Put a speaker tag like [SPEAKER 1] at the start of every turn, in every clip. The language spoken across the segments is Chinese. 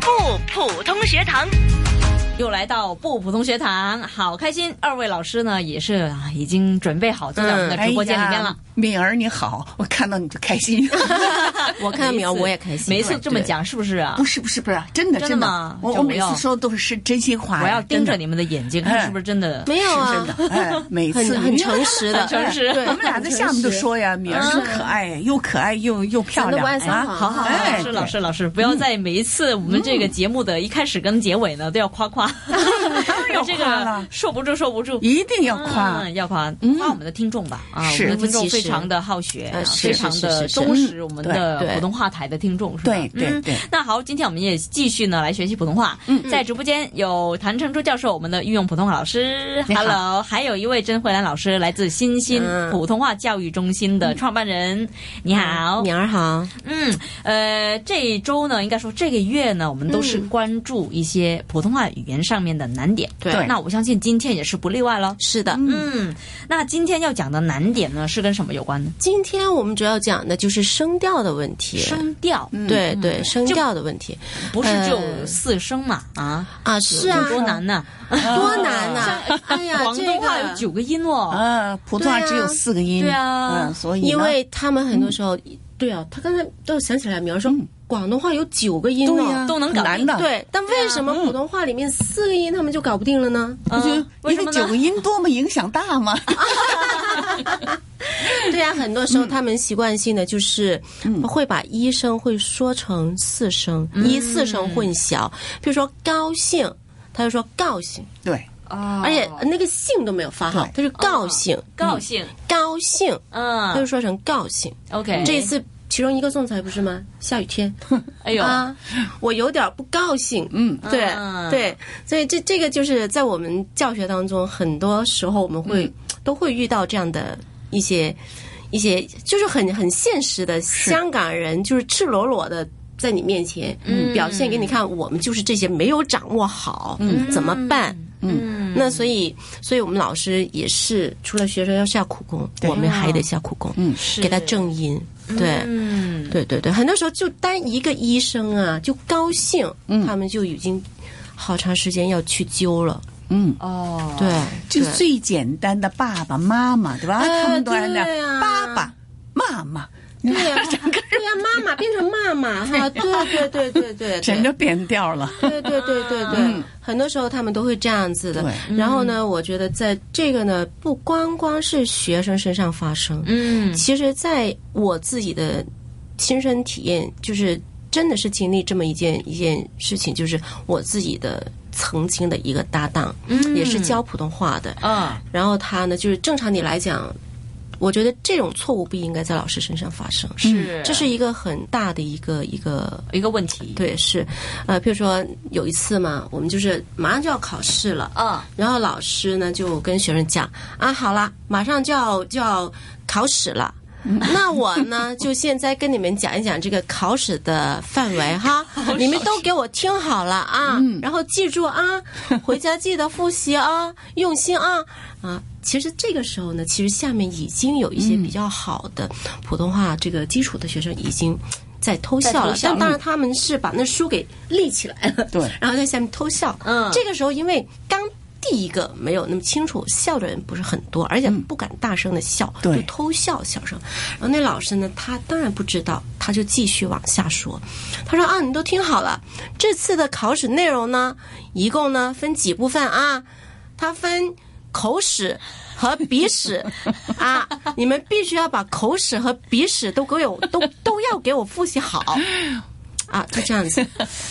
[SPEAKER 1] 普通学堂。
[SPEAKER 2] 又来到不普通学堂，好开心！二位老师呢也是啊已经准备好坐在我们的直播间里
[SPEAKER 3] 哎
[SPEAKER 2] 面了。
[SPEAKER 3] 敏儿你好，我看到你就 开心。
[SPEAKER 4] 我看到苗我也开心。
[SPEAKER 2] 每次这么讲是不是啊
[SPEAKER 3] 不？是不是不是，真的
[SPEAKER 2] 真的吗
[SPEAKER 3] 我
[SPEAKER 2] 就
[SPEAKER 3] 我
[SPEAKER 2] 我
[SPEAKER 3] 每
[SPEAKER 2] 要
[SPEAKER 3] 次说的都是真心话。
[SPEAKER 2] 我要盯着
[SPEAKER 3] 你，
[SPEAKER 2] 你们的眼睛，看
[SPEAKER 3] 哎
[SPEAKER 2] 是不是真的。
[SPEAKER 4] 没有
[SPEAKER 3] 是
[SPEAKER 4] 啊
[SPEAKER 3] 真，的。 哎，每次
[SPEAKER 4] 很很诚实的，
[SPEAKER 2] 诚实嗯
[SPEAKER 4] 对
[SPEAKER 3] 我们俩在下面都说呀，敏儿真可爱，又可爱又又漂
[SPEAKER 4] 长得
[SPEAKER 3] 亮
[SPEAKER 4] 不爱撒
[SPEAKER 3] 啊！
[SPEAKER 4] 谎。
[SPEAKER 2] 好好好，
[SPEAKER 3] 哎
[SPEAKER 2] 老师老师老师，不要在每一次我们这个节目的一开始跟结尾呢都要夸夸，
[SPEAKER 3] 要
[SPEAKER 2] 这
[SPEAKER 3] 夸
[SPEAKER 2] 个
[SPEAKER 3] 了
[SPEAKER 2] 受不住受不住。
[SPEAKER 3] 一定要夸。
[SPEAKER 2] 嗯，要夸夸我们的听众吧啊，我
[SPEAKER 3] 是
[SPEAKER 2] 们的听众
[SPEAKER 4] 不其
[SPEAKER 2] 非
[SPEAKER 4] 实
[SPEAKER 2] 常的好学，啊
[SPEAKER 4] 呃是
[SPEAKER 2] 非常的
[SPEAKER 4] 是是是
[SPEAKER 2] 忠实
[SPEAKER 3] 嗯
[SPEAKER 2] 我们的
[SPEAKER 4] 对对
[SPEAKER 2] 普通话台的听众，是吧？
[SPEAKER 3] 对对
[SPEAKER 2] 嗯
[SPEAKER 3] 对，
[SPEAKER 2] 那好，今天我们也继续呢来学习普通话。嗯，在直播间有谭成珠教授，我们的御用普通话老师
[SPEAKER 3] 你好
[SPEAKER 2] ，Hello，还有一位甄慧兰老师，来自新兴
[SPEAKER 4] 嗯
[SPEAKER 2] 普通话教育中心的创办人。你好，
[SPEAKER 4] 苗儿好，
[SPEAKER 2] 嗯，呃，这一周呢，应该说这个月呢，我们都是关注一些普通话语言上面的难点。
[SPEAKER 4] 对
[SPEAKER 3] 对
[SPEAKER 2] 那我相信今天也是不例外了。
[SPEAKER 4] 是的。
[SPEAKER 2] 嗯，那今天要讲的难点呢，是跟什么有关呢？
[SPEAKER 4] 今天我们主要讲的就是声调的问题，
[SPEAKER 2] 声调，
[SPEAKER 4] 对对，声调的问题
[SPEAKER 2] 不是只有
[SPEAKER 4] 呃
[SPEAKER 2] 四声嘛？啊，
[SPEAKER 4] 啊，是啊
[SPEAKER 2] 有，多难呢、
[SPEAKER 3] 嗯
[SPEAKER 4] 多难呐！哎呀，
[SPEAKER 2] 广
[SPEAKER 4] 这
[SPEAKER 2] 东话有
[SPEAKER 4] 个，
[SPEAKER 2] 九个音哦。
[SPEAKER 3] 啊，普通话
[SPEAKER 4] 对啊
[SPEAKER 3] 只有四个音，
[SPEAKER 2] 对啊
[SPEAKER 3] 嗯，所以呢
[SPEAKER 4] 因为他们很多时候，对啊，他刚才都想起来，苗儿说广东话有九个音
[SPEAKER 3] 对呀
[SPEAKER 4] 哦，
[SPEAKER 2] 都能搞定
[SPEAKER 3] 啊难的，，
[SPEAKER 4] 对，但为什么普通话里面四个音他们就搞不定了呢？
[SPEAKER 3] 不就
[SPEAKER 2] 嗯，为
[SPEAKER 3] 一
[SPEAKER 2] 什么
[SPEAKER 3] 个九
[SPEAKER 2] 呢？
[SPEAKER 3] 个音多么影响 大吗？
[SPEAKER 4] 对呀、很多时候
[SPEAKER 2] 嗯
[SPEAKER 4] 他们习惯性的就是会把一声会说成四声，
[SPEAKER 2] 嗯
[SPEAKER 4] 一四声混淆。比如说高兴，他就说高兴，
[SPEAKER 3] 对，
[SPEAKER 2] 哦
[SPEAKER 4] 而且那个兴都没有发好，他是高兴，
[SPEAKER 2] 高兴，
[SPEAKER 4] 高兴，他就
[SPEAKER 2] 嗯
[SPEAKER 4] 说成高兴。
[SPEAKER 2] ，OK，
[SPEAKER 4] 这一次。其中一个仲裁不是吗？下雨天
[SPEAKER 2] 哎呦，
[SPEAKER 4] 啊，我有点不高兴。
[SPEAKER 3] 嗯，
[SPEAKER 4] 对、
[SPEAKER 2] 嗯
[SPEAKER 4] 对，所以这这个就是在我们教学当中，很多时候我们会、都会遇到这样的一些一些，就是很很现实的香港人，就是赤裸裸的。在你面前，嗯，表现给你看，我们就是这些没有掌握好，嗯，怎么办？
[SPEAKER 2] 嗯，
[SPEAKER 4] 那所以，所以我们老师也是，除了学生要下苦功，
[SPEAKER 3] 对
[SPEAKER 4] 我们还得下苦功，
[SPEAKER 3] 嗯
[SPEAKER 2] 是
[SPEAKER 4] 给他，正音，对，
[SPEAKER 2] 嗯，
[SPEAKER 4] 对对对，很多时候就单一个医生啊，就高兴，
[SPEAKER 3] 嗯
[SPEAKER 4] 他们就已经好长时间要去揪了。
[SPEAKER 3] 嗯，
[SPEAKER 2] 哦，
[SPEAKER 4] 对，
[SPEAKER 3] 就
[SPEAKER 4] 对
[SPEAKER 3] 最简单的爸爸妈妈，对吧？
[SPEAKER 4] 哎
[SPEAKER 3] 他们都按
[SPEAKER 4] 对
[SPEAKER 3] 那
[SPEAKER 4] 啊
[SPEAKER 3] 爸爸妈妈，
[SPEAKER 4] 对呀、对呀、妈妈变成妈妈 哈，对对对对对，
[SPEAKER 3] 整个变调了。
[SPEAKER 4] 对对对对对，很多时候他们都会这样子的
[SPEAKER 3] 嗯对。
[SPEAKER 4] 然后呢，我觉得在这个呢，不光光是学生身上发生，
[SPEAKER 2] 嗯，
[SPEAKER 4] 其实在我自己的亲身体验，就是真的是经历这么一件一件事情，就是我自己的曾经的一个搭档，
[SPEAKER 2] 嗯
[SPEAKER 4] 也是教普通话的。
[SPEAKER 2] 啊，
[SPEAKER 4] 然后他呢，就是正常你来讲，我觉得这种错误不应该在老师身上发生，
[SPEAKER 2] 是，
[SPEAKER 4] 这是一个很大的一个一个。
[SPEAKER 2] 一个问题，，
[SPEAKER 4] 对，是，呃，比如说有一次嘛，我们就是马上就要考试了，
[SPEAKER 2] 啊，
[SPEAKER 4] 然后老师呢就跟学生讲啊，好啦，马上就要就要考试了。
[SPEAKER 2] 嗯
[SPEAKER 4] 那我呢，就现在跟你们讲一讲这个考试的范围 哈，你们都给我听好了啊，
[SPEAKER 2] 嗯
[SPEAKER 4] 然后记住 啊，回家记得复习啊，用心啊啊。其实这个时候呢，其实下面已经有一些比较好的
[SPEAKER 2] 嗯
[SPEAKER 4] 普通话这个基础的学生已经在偷笑了，
[SPEAKER 2] 在偷笑
[SPEAKER 4] 但当然他们是把那书给立起来了，
[SPEAKER 3] 对
[SPEAKER 4] 然后在下面偷笑。
[SPEAKER 2] 嗯
[SPEAKER 4] 这个时候因为刚第一个没有那么清楚，笑的人不是很多，而且不敢大声的笑，
[SPEAKER 3] 对
[SPEAKER 4] 就偷笑小声。然后那老师呢，他当然不知道，他就继续往下说。他说啊，你都听好了，这次的考试内容呢，一共呢分几部分啊？它分口屎。和鼻屎啊，你们必须要把口屎和鼻屎都给我都都要给我复习好。啊，就这样子。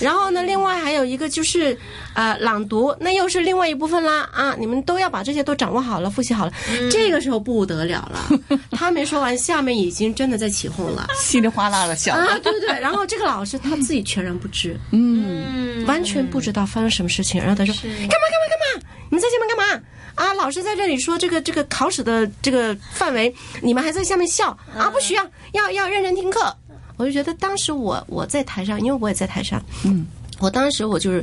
[SPEAKER 4] 然后呢，另外还有一个就是，呃，朗读，那又是另外一部分啦啊！你们都要把这些都掌握好了，复习好了。这个时候不得了了，他没说完，下面已经真的在起哄了
[SPEAKER 3] 稀里哗啦的笑。
[SPEAKER 4] 啊！对对，然后这个老师他自己全然不知，
[SPEAKER 2] 嗯，
[SPEAKER 4] 完全不知道发生什么事情，然后他说：“干嘛干嘛干嘛？你们在下面干嘛？”啊，老师在这里说这个这个考试的这个范围，你们还在下面笑
[SPEAKER 2] 嗯
[SPEAKER 4] 啊？不许啊，要要认真听课。我就觉得当时我我在台上，因为我也在台上，嗯，我当时我就是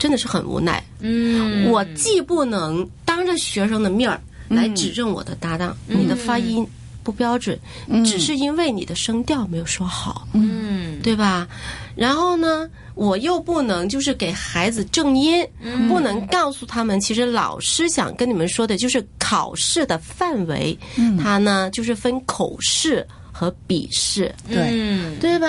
[SPEAKER 4] 真的是很无奈，
[SPEAKER 2] 嗯，
[SPEAKER 4] 我既不能当着学生的面儿来指正我的搭档，你的
[SPEAKER 2] 嗯
[SPEAKER 4] 发音不标准，只是因为你的声调没有说好，
[SPEAKER 2] 嗯，
[SPEAKER 4] 对吧？然后呢，我又不能就是给孩子正音，不能告诉他们，其实老师想跟你们说的就是考试的范围，它呢就是分口试和笔试。
[SPEAKER 3] 对，
[SPEAKER 2] 嗯，
[SPEAKER 4] 对吧？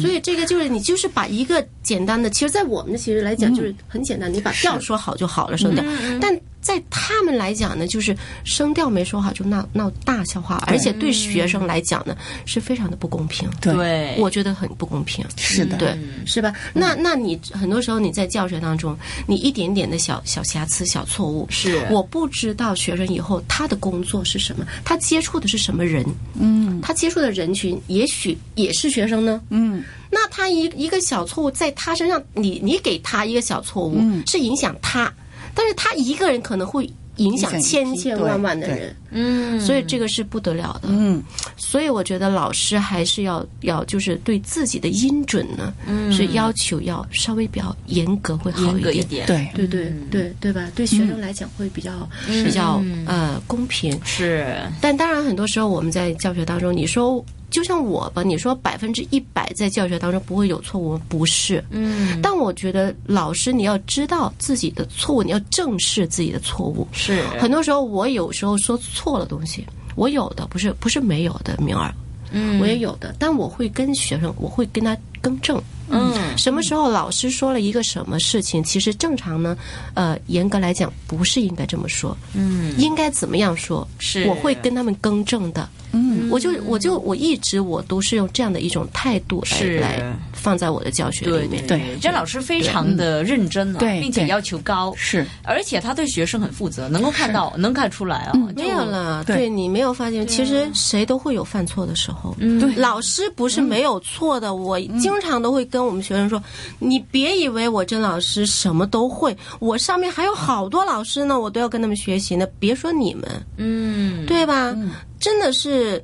[SPEAKER 4] 所以这个就是你就是把一个简单的，其实，在我们的其实来讲就是很简单，你把调说好就好了，声调。但在他们来讲呢，就是声调没说好就闹闹大笑话，而且对学生来讲呢是非常的不公平。
[SPEAKER 3] 对
[SPEAKER 2] 对，
[SPEAKER 4] 我觉得很不公平。
[SPEAKER 3] 是的，嗯
[SPEAKER 4] 对，是吧？那那你很多时候你在教学当中，你一点点的小小瑕疵、小错误，
[SPEAKER 2] 是
[SPEAKER 4] 我不知道学生以后他的工作是什么，他接触的是什么人，嗯，他接触的人群也许也是学生呢，
[SPEAKER 3] 嗯，
[SPEAKER 4] 那他一一个小错误在他身上，你你给他一个小错误、
[SPEAKER 3] 嗯
[SPEAKER 4] 是影响他，但是他一个人可能会影响
[SPEAKER 3] 影响一
[SPEAKER 4] 千
[SPEAKER 3] 批
[SPEAKER 4] 千
[SPEAKER 3] 对
[SPEAKER 4] 万万的
[SPEAKER 3] 对
[SPEAKER 4] 人，
[SPEAKER 2] 嗯，
[SPEAKER 4] 所以这个是不得了的，
[SPEAKER 3] 嗯，
[SPEAKER 4] 所以我觉得老师还是要要就是对自己的音准呢，是要求要稍微比较严格会好一
[SPEAKER 2] 嗯严格
[SPEAKER 4] 点。
[SPEAKER 2] 一点，嗯
[SPEAKER 3] 对，
[SPEAKER 4] 对对对对吧？对学生来讲会比较、比较
[SPEAKER 2] 嗯
[SPEAKER 4] 呃公平，
[SPEAKER 2] 是，
[SPEAKER 4] 但当然很多时候我们在教学当中，你说就像我吧，你说百分之一百在教学当中不会有错误，不是。
[SPEAKER 2] 嗯，
[SPEAKER 4] 但我觉得老师你要知道自己的错误，你要正视自己的错误。
[SPEAKER 2] 是
[SPEAKER 4] 很多时候我有时候说错了东西，我有的不是不是没有的，明儿，
[SPEAKER 2] 嗯
[SPEAKER 4] 我也有的，但我会跟学生，我会跟他更正。
[SPEAKER 2] 嗯
[SPEAKER 4] 什么时候老师说了一个什么事情，其实正常呢，呃，严格来讲不是应该这么说，
[SPEAKER 2] 嗯，
[SPEAKER 4] 应该怎么样说？
[SPEAKER 2] 是
[SPEAKER 4] 我会跟他们更正的。
[SPEAKER 3] 嗯，
[SPEAKER 4] 我就我就我一直我都是用这样的一种态度来
[SPEAKER 2] 是
[SPEAKER 4] 来放在我的教学
[SPEAKER 2] 对
[SPEAKER 4] 里
[SPEAKER 2] 对
[SPEAKER 4] 面。
[SPEAKER 3] 对
[SPEAKER 2] 这老师非常的认真啊，
[SPEAKER 3] 对
[SPEAKER 2] 并且
[SPEAKER 3] 对
[SPEAKER 2] 要求高，
[SPEAKER 3] 是
[SPEAKER 2] 而且他对学生很负责，能够看到，能看出来啊，就
[SPEAKER 4] 嗯没有了，
[SPEAKER 3] 对
[SPEAKER 4] 对你没有发现，其
[SPEAKER 2] 啊
[SPEAKER 4] 实谁都会有犯错的时候。嗯
[SPEAKER 3] 对
[SPEAKER 4] 老师不是没有错
[SPEAKER 2] 嗯
[SPEAKER 4] 的，我经常都会跟我们学生说，你别以为我甄老师什么都会，我上面还有好多老师呢，我都要跟他们学习呢。别说你们，
[SPEAKER 2] 嗯，
[SPEAKER 4] 对吧？真的是，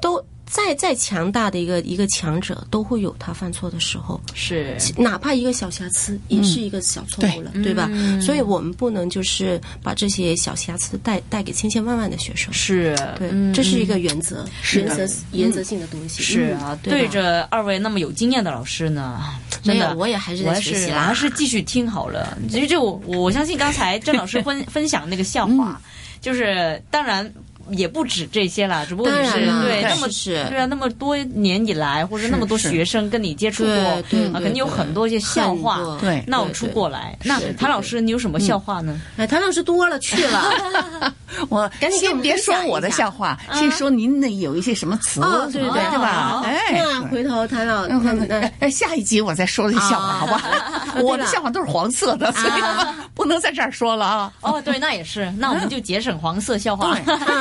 [SPEAKER 4] 都再再强大的一个一个强者，都会有他犯错的时候。
[SPEAKER 2] 是
[SPEAKER 4] 哪怕一个小瑕疵，也是一个小错误了，对吧？
[SPEAKER 2] 嗯
[SPEAKER 4] 所以我们不能就是把这些小瑕疵带带给千千万万的学生。
[SPEAKER 2] 是，
[SPEAKER 4] 对，
[SPEAKER 2] 嗯
[SPEAKER 4] 这是一个原则，
[SPEAKER 3] 是
[SPEAKER 4] 原
[SPEAKER 3] 的
[SPEAKER 4] 则原则性的东西。
[SPEAKER 2] 是啊
[SPEAKER 4] 嗯，
[SPEAKER 2] 对
[SPEAKER 4] 对吧
[SPEAKER 2] 着二位那么有经验的老师呢，真
[SPEAKER 4] 没
[SPEAKER 2] 的
[SPEAKER 4] 有我也还是
[SPEAKER 2] 我
[SPEAKER 4] 在
[SPEAKER 2] 还
[SPEAKER 4] 学
[SPEAKER 2] 是
[SPEAKER 4] 习
[SPEAKER 2] 我
[SPEAKER 4] 啦
[SPEAKER 2] 还是继续听好 了。其实就我我相信刚才甄老师分 分享那个笑话，
[SPEAKER 4] 嗯
[SPEAKER 2] 就是当然。也不止这些啦，只不过
[SPEAKER 4] 当
[SPEAKER 2] 你
[SPEAKER 4] 然
[SPEAKER 2] 是
[SPEAKER 4] 啦
[SPEAKER 2] 对
[SPEAKER 4] 是
[SPEAKER 2] 那么
[SPEAKER 4] 是
[SPEAKER 2] 对啊，那么多年以来，或者那么多
[SPEAKER 3] 是
[SPEAKER 2] 学生跟你接触过，
[SPEAKER 4] 对对
[SPEAKER 2] 啊，
[SPEAKER 4] 对
[SPEAKER 2] 肯定有
[SPEAKER 4] 对
[SPEAKER 2] 很多一些笑
[SPEAKER 4] 很
[SPEAKER 2] 话
[SPEAKER 4] 多
[SPEAKER 3] 对
[SPEAKER 2] 闹出过来。那
[SPEAKER 4] 是
[SPEAKER 2] 谭老师，你有什么笑话呢？
[SPEAKER 4] 哎，谭老师多了去了。
[SPEAKER 3] 我
[SPEAKER 4] 赶紧给我
[SPEAKER 3] 先
[SPEAKER 4] 们
[SPEAKER 3] 别
[SPEAKER 4] 分
[SPEAKER 3] 说
[SPEAKER 4] 享一
[SPEAKER 3] 我的
[SPEAKER 4] 下啊
[SPEAKER 3] 笑话，先说您那有一些什么词
[SPEAKER 4] 哦，
[SPEAKER 3] 什
[SPEAKER 4] 对
[SPEAKER 3] 么
[SPEAKER 4] 对
[SPEAKER 3] 的对
[SPEAKER 2] 哦？
[SPEAKER 3] 吧哎，
[SPEAKER 4] 那回头谭老，
[SPEAKER 3] 嗯
[SPEAKER 4] 那那
[SPEAKER 3] 哎哎，下一集我再说这笑话，
[SPEAKER 4] 啊
[SPEAKER 3] 好不好？
[SPEAKER 4] 对啊
[SPEAKER 3] 我的
[SPEAKER 4] 了
[SPEAKER 3] 笑话都是黄色的，所以 不能在这儿说了啊。
[SPEAKER 2] 哦，对，那也是，那我
[SPEAKER 4] 嗯
[SPEAKER 2] 们就节省黄色笑 话，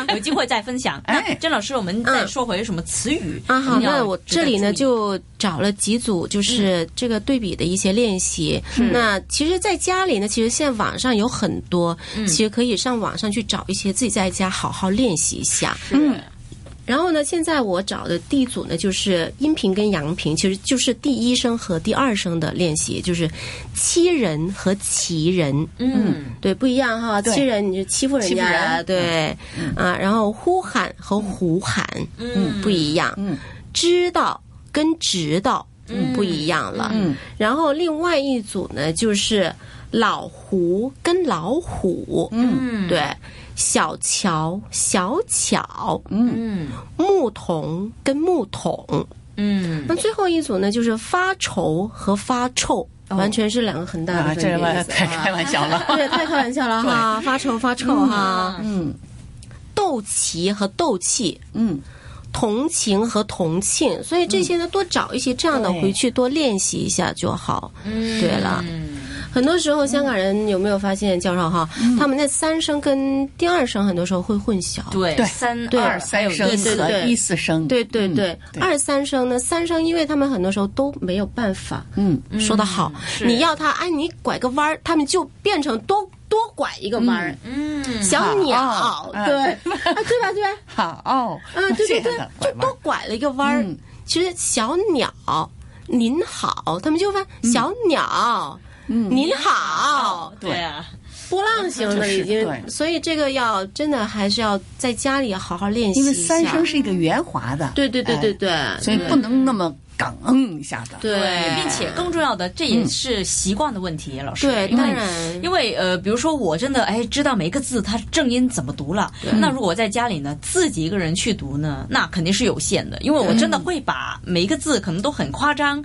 [SPEAKER 2] 有机会再分享。那
[SPEAKER 3] 哎
[SPEAKER 2] 甄老师，我们再说回什么词语
[SPEAKER 4] 啊，好，
[SPEAKER 2] 一定要
[SPEAKER 4] 那我
[SPEAKER 2] 值得
[SPEAKER 4] 这里呢
[SPEAKER 2] 注意
[SPEAKER 4] 就找了几组，就是这个对比的一些练习。那其实，在家里呢，其实现在网上有很多，其实可以上网上去找一些，自己在家好好练习一下。
[SPEAKER 2] 嗯
[SPEAKER 4] 然后呢，现在我找的第一组呢，就是阴平跟阳平，其实就是第一声和第二声的练习，就是欺人和其人。
[SPEAKER 2] 嗯
[SPEAKER 4] 对，不一样哈，
[SPEAKER 3] 对
[SPEAKER 4] 欺人你就欺负人
[SPEAKER 3] 欺负
[SPEAKER 4] 家
[SPEAKER 3] 人嗯
[SPEAKER 4] 呀，对、啊，然后呼喊和呼喊，
[SPEAKER 2] 嗯
[SPEAKER 4] 不一样，
[SPEAKER 3] 嗯
[SPEAKER 4] 知道跟知道，嗯不一样了，
[SPEAKER 3] 嗯，
[SPEAKER 4] 然后另外一组呢就是老胡跟老虎，
[SPEAKER 2] 嗯
[SPEAKER 4] 对，小乔小巧，
[SPEAKER 2] 嗯
[SPEAKER 4] 木桶跟木桶，
[SPEAKER 2] 嗯
[SPEAKER 4] 那最后一组呢就是发愁和发臭，完全是两个很大
[SPEAKER 3] 哦
[SPEAKER 4] 的
[SPEAKER 3] 啊，这
[SPEAKER 4] 分
[SPEAKER 3] 玩
[SPEAKER 4] 别。
[SPEAKER 3] 太开玩笑了。
[SPEAKER 4] 对，太开玩笑了哈，发愁发臭哈，
[SPEAKER 3] 嗯
[SPEAKER 4] 斗气和斗气，
[SPEAKER 3] 嗯，
[SPEAKER 4] 同情和同庆，所以这些呢，多找一些这样的
[SPEAKER 3] 对
[SPEAKER 4] 回去多练习一下就好。
[SPEAKER 2] 嗯
[SPEAKER 4] 对了很多时候，香港人有没有发现，教授哈，他们那三声跟第二声很多时候会混淆。
[SPEAKER 2] 对
[SPEAKER 3] 对
[SPEAKER 2] 三
[SPEAKER 4] 对
[SPEAKER 2] 二
[SPEAKER 3] 二
[SPEAKER 2] 还
[SPEAKER 3] 三
[SPEAKER 2] 有
[SPEAKER 3] 声
[SPEAKER 2] 一
[SPEAKER 4] 对
[SPEAKER 2] 四
[SPEAKER 4] 对
[SPEAKER 3] 和一四声，
[SPEAKER 4] 对对
[SPEAKER 3] 嗯
[SPEAKER 4] 对，二三声呢，三声，因为他们很多时候都没有办法
[SPEAKER 3] 嗯
[SPEAKER 4] 说得好，
[SPEAKER 2] 是
[SPEAKER 4] 你要他哎，你拐个弯儿，他们就变成多多拐一个弯儿，
[SPEAKER 2] 嗯
[SPEAKER 4] 小鸟，
[SPEAKER 3] 好啊
[SPEAKER 4] 对，啊对吧对吧，
[SPEAKER 3] 好 哦，
[SPEAKER 4] 啊，对对
[SPEAKER 3] 这
[SPEAKER 4] 对
[SPEAKER 3] 样的，
[SPEAKER 4] 就都拐了一个弯儿。
[SPEAKER 3] 嗯
[SPEAKER 4] 其实小鸟，您好，他们就问小鸟，
[SPEAKER 3] 嗯
[SPEAKER 4] 您好，
[SPEAKER 2] 对啊，
[SPEAKER 4] 波浪形
[SPEAKER 3] 哦就
[SPEAKER 4] 的
[SPEAKER 3] 是
[SPEAKER 4] 已经，
[SPEAKER 3] 对
[SPEAKER 4] 所以这个要真的还是要在家里好好练习
[SPEAKER 3] 因
[SPEAKER 4] 一
[SPEAKER 3] 为
[SPEAKER 4] 下。嗯
[SPEAKER 3] 三声是一个圆滑的，哎
[SPEAKER 4] 对对对对对，
[SPEAKER 3] 所以不能那么梗，嗯一下子。
[SPEAKER 4] 对，嗯
[SPEAKER 2] 并且更重要的，这也是习惯的问题，老师。
[SPEAKER 4] 对
[SPEAKER 2] 因为
[SPEAKER 4] 当然
[SPEAKER 2] 因为呃，比如说我真的哎知道每个字它正音怎么读了，那如果我在家里呢自己一个人去读呢，那肯定是有限的，因为我真的会把每一个字可能都很夸张、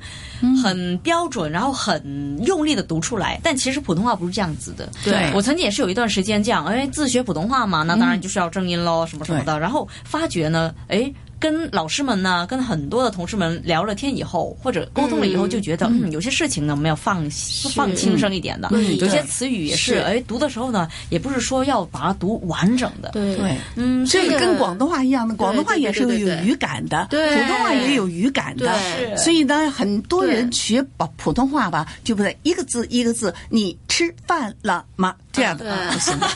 [SPEAKER 2] 很标准，然后很用力的读出来。但其实普通话不是这样子的。
[SPEAKER 4] 对
[SPEAKER 2] 我曾经也是有一段时间这样，哎，自学普通话嘛，那当然就是要正音喽，什么什么的。然后发觉呢，哎。跟老师们呢，跟很多的同事们聊了天以后，或者沟通了以后，就觉得嗯有些事情呢，我们要放放轻声一点的。
[SPEAKER 4] 嗯
[SPEAKER 2] 有些词语也是，
[SPEAKER 4] 是
[SPEAKER 2] 哎，读的时候呢，也不是说要把它读完整的。，
[SPEAKER 4] 对
[SPEAKER 3] 对，
[SPEAKER 2] 嗯，
[SPEAKER 3] 所以
[SPEAKER 4] 这个
[SPEAKER 3] 跟广东话一样的，广东话也是
[SPEAKER 4] 对对
[SPEAKER 3] 有
[SPEAKER 4] 对对
[SPEAKER 3] 语感的，
[SPEAKER 4] 对
[SPEAKER 3] 普通话也有语感的
[SPEAKER 4] 对，
[SPEAKER 2] 是
[SPEAKER 3] 所以呢，很多人学把普通话吧，就不对，一个字一个字，你吃饭了吗？这样的啊，
[SPEAKER 4] 对，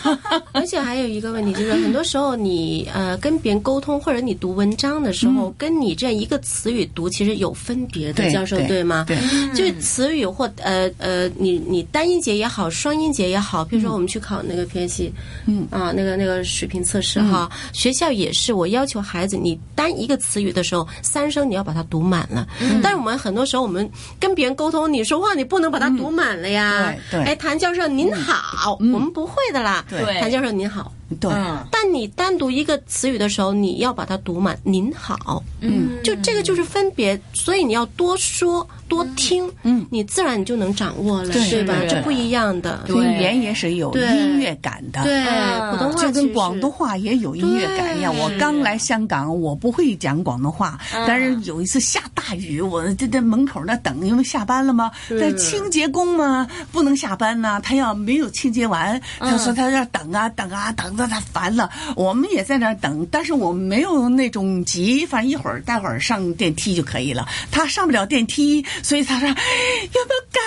[SPEAKER 4] 而且还有一个问题就是，很多时候你呃跟别人沟通或者你读文章的时候，跟你这样一个词语读其实有分别的，
[SPEAKER 3] 嗯对
[SPEAKER 4] 教授
[SPEAKER 3] 对
[SPEAKER 4] 吗？
[SPEAKER 3] 对
[SPEAKER 4] 就是词语或呃呃，你你单音节也好，双音节也好，比如说我们去考那个偏系，嗯啊，那个那个水平测试哈，学校也是，我要求孩子你单一个词语的时候，三声你要把它读满了。但是我们很多时候我们跟别人沟通，你说话你不能把它读满了呀。
[SPEAKER 3] 对对
[SPEAKER 4] 哎，谭教授您好，我们不会的啦。
[SPEAKER 2] 对
[SPEAKER 4] 谭教授您好。
[SPEAKER 3] 对，
[SPEAKER 2] 嗯
[SPEAKER 4] 但你单独一个词语的时候，你要把它读满。您好，
[SPEAKER 2] 嗯，
[SPEAKER 4] 就这个就是分别，所以你要多说多听，嗯，你自然你就能掌握了，
[SPEAKER 3] 对
[SPEAKER 4] 对吧？
[SPEAKER 2] 是
[SPEAKER 4] 这不一样的，
[SPEAKER 3] 所以语言也是有
[SPEAKER 4] 对
[SPEAKER 3] 音乐感的，
[SPEAKER 4] 对
[SPEAKER 2] 嗯，
[SPEAKER 4] 普通话
[SPEAKER 3] 啊就
[SPEAKER 4] 其实
[SPEAKER 3] 跟
[SPEAKER 4] 是
[SPEAKER 3] 广东话也有音乐感一样。
[SPEAKER 4] 对嗯
[SPEAKER 3] 我刚来香港，我不会讲广东话，但是有一次下大雨，我就在门口那等，因为下班了嘛，在清洁工嘛不能下班呐、他要没有清洁完，
[SPEAKER 4] 嗯
[SPEAKER 3] 他说他要等啊等啊等到他烦了，我们也在那儿等，但是我们没有那种急，反正一会儿待会儿上电梯就可以了。他上不了电梯，所以他说有哎没有搞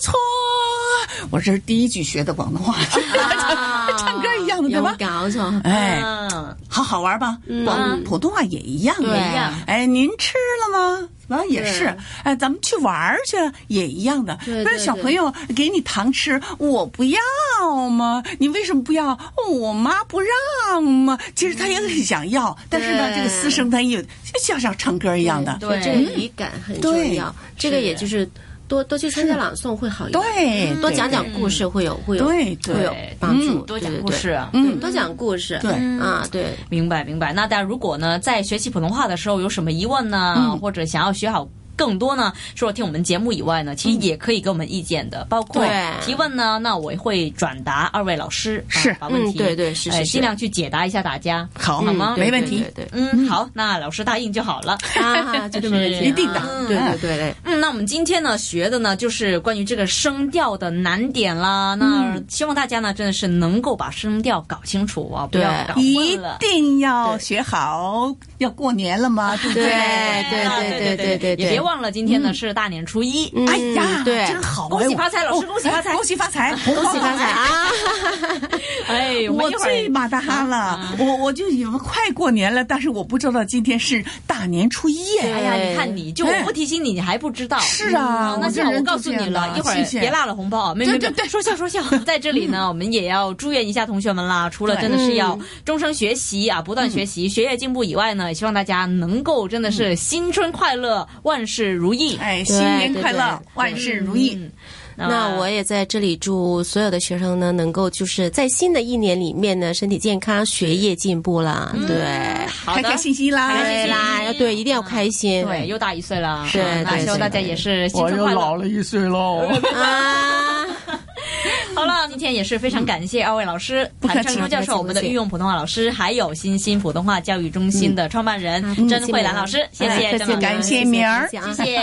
[SPEAKER 3] 错？啊我这是第一句学的广东 话， 唱歌一样的对
[SPEAKER 4] 啊有
[SPEAKER 3] 吧？
[SPEAKER 4] 搞错，
[SPEAKER 3] 哎，
[SPEAKER 2] 嗯，
[SPEAKER 3] 好好玩吧？广普通话也一样的
[SPEAKER 4] 对
[SPEAKER 2] 一样，
[SPEAKER 3] 哎，您吃了吗？完也是
[SPEAKER 4] 对，
[SPEAKER 3] 哎，咱们去玩儿去也一样的。
[SPEAKER 4] 对
[SPEAKER 3] 不是
[SPEAKER 4] 对
[SPEAKER 3] 小
[SPEAKER 4] 对
[SPEAKER 3] 朋友给你糖吃，我不要吗？你为什么不要？哦我妈不让吗？其实他也很想要，但是呢，
[SPEAKER 4] 嗯对
[SPEAKER 3] 这个私生他也就像上唱歌一样的。嗯
[SPEAKER 2] 对
[SPEAKER 4] 这个语感很重
[SPEAKER 3] 对
[SPEAKER 4] 要，这个也就是多多去参加朗诵会好一点，哎
[SPEAKER 3] 对，
[SPEAKER 4] 多
[SPEAKER 3] 对
[SPEAKER 4] 讲讲故事会有会有
[SPEAKER 3] 对
[SPEAKER 4] 会
[SPEAKER 3] 对
[SPEAKER 4] 有
[SPEAKER 2] 对
[SPEAKER 4] 帮助
[SPEAKER 2] 嗯，多
[SPEAKER 4] 对
[SPEAKER 2] 讲
[SPEAKER 4] 对
[SPEAKER 2] 故
[SPEAKER 4] 对
[SPEAKER 2] 事，
[SPEAKER 4] 嗯，多讲故事，
[SPEAKER 3] 对嗯
[SPEAKER 4] 啊，对，
[SPEAKER 2] 明白明白。那大家如果呢在学习普通话的时候有什么疑问呢，
[SPEAKER 4] 嗯
[SPEAKER 2] 或者想要学好。更多呢，除了听我们节目以外呢，其实也可以给我们意见的，包括
[SPEAKER 4] 嗯对
[SPEAKER 2] 提问呢，那我也会转达二位老师，啊
[SPEAKER 3] 是
[SPEAKER 2] 把问
[SPEAKER 4] 嗯
[SPEAKER 2] 题
[SPEAKER 4] 对对是是
[SPEAKER 2] 哎
[SPEAKER 4] 是
[SPEAKER 2] 尽量去解答一下大家，
[SPEAKER 3] 好
[SPEAKER 2] 好吗？
[SPEAKER 3] 嗯没问
[SPEAKER 4] 对
[SPEAKER 3] 题
[SPEAKER 4] 对对，对
[SPEAKER 2] 嗯，好，那老师答应就好了。
[SPEAKER 4] 啊，绝对没问题啊，
[SPEAKER 2] 是 一
[SPEAKER 3] 定的
[SPEAKER 4] 嗯对对对对。
[SPEAKER 2] 嗯，那我们今天呢学的呢就是关于这个声调的难点啦。那
[SPEAKER 4] 嗯
[SPEAKER 2] 希望大家呢真的是能够把声调搞清楚啊，不
[SPEAKER 4] 对
[SPEAKER 2] 要搞
[SPEAKER 3] 一
[SPEAKER 2] 混了。
[SPEAKER 3] 定要
[SPEAKER 4] 对
[SPEAKER 3] 学好，要过年了嘛，对不
[SPEAKER 4] 对
[SPEAKER 2] 啊
[SPEAKER 4] 对对对对对
[SPEAKER 2] 也别忘了今天呢是大年初一。
[SPEAKER 4] 嗯
[SPEAKER 3] 哎呀，
[SPEAKER 4] 对
[SPEAKER 3] 真好啊，
[SPEAKER 2] 恭喜发财老师
[SPEAKER 3] 哦
[SPEAKER 2] 恭喜发财嗯
[SPEAKER 3] 恭喜发财，恭
[SPEAKER 4] 恭喜发财！啊！
[SPEAKER 2] 哎，
[SPEAKER 3] 我
[SPEAKER 2] 们一会
[SPEAKER 3] 最
[SPEAKER 2] 儿嗯
[SPEAKER 3] 马大哈了，我我就以为快过年了，但是我不知道今天是大年初一
[SPEAKER 2] 哎
[SPEAKER 3] 哎。
[SPEAKER 2] 呀，你看你就我不提醒你，你还不知道。
[SPEAKER 3] 是啊
[SPEAKER 2] 嗯那
[SPEAKER 3] 我
[SPEAKER 2] 这
[SPEAKER 3] 这
[SPEAKER 2] 样
[SPEAKER 3] 人
[SPEAKER 2] 我
[SPEAKER 3] 就
[SPEAKER 2] 告诉
[SPEAKER 3] 这
[SPEAKER 2] 你
[SPEAKER 3] 样
[SPEAKER 2] 了，
[SPEAKER 3] 的
[SPEAKER 2] 一会儿
[SPEAKER 3] 谢谢
[SPEAKER 2] 别落了红包啊！没没
[SPEAKER 3] 对
[SPEAKER 2] 没，说笑说笑。在这里 呢，我们也要祝愿一下同学们啦。除了真的是要终生学习啊，不断学
[SPEAKER 3] 嗯
[SPEAKER 2] 习，学业进步以外呢，也希望大家能够真的是新春快乐，万事如意。
[SPEAKER 3] 哎，
[SPEAKER 4] 对
[SPEAKER 3] 新年快
[SPEAKER 4] 对
[SPEAKER 3] 乐
[SPEAKER 4] 对，
[SPEAKER 3] 万事如意！
[SPEAKER 2] 嗯。
[SPEAKER 4] 那我也在这里祝所有的学生呢，能够就是在新的一年里面呢，身体健康，学业进步啦。对，
[SPEAKER 2] 好
[SPEAKER 3] 开
[SPEAKER 2] 的
[SPEAKER 3] 开，心心啦！
[SPEAKER 2] 嗯开开
[SPEAKER 4] 对
[SPEAKER 2] 心心
[SPEAKER 4] 啦，要对，一定要开心。
[SPEAKER 2] 对，哎又大一岁了，
[SPEAKER 4] 对
[SPEAKER 2] 啊那
[SPEAKER 4] 对
[SPEAKER 2] 希望
[SPEAKER 4] 对
[SPEAKER 2] 大家
[SPEAKER 4] 对
[SPEAKER 2] 也是新春快乐。
[SPEAKER 1] 了一岁喽。
[SPEAKER 4] 啊，
[SPEAKER 2] 好了，今天也是非常感谢二位老师，
[SPEAKER 3] 不客气
[SPEAKER 2] 谭成珠教授，我
[SPEAKER 4] 不客气
[SPEAKER 2] 们的御用普通话老师，还有新兴普通话教育中心的创办人
[SPEAKER 4] 嗯
[SPEAKER 2] 甄慧兰老师，谢
[SPEAKER 4] 哎
[SPEAKER 2] 谢
[SPEAKER 4] 客
[SPEAKER 2] 甄
[SPEAKER 4] 气
[SPEAKER 2] 老师，
[SPEAKER 4] 了
[SPEAKER 3] 感谢明儿
[SPEAKER 4] 谢谢
[SPEAKER 2] 谢谢。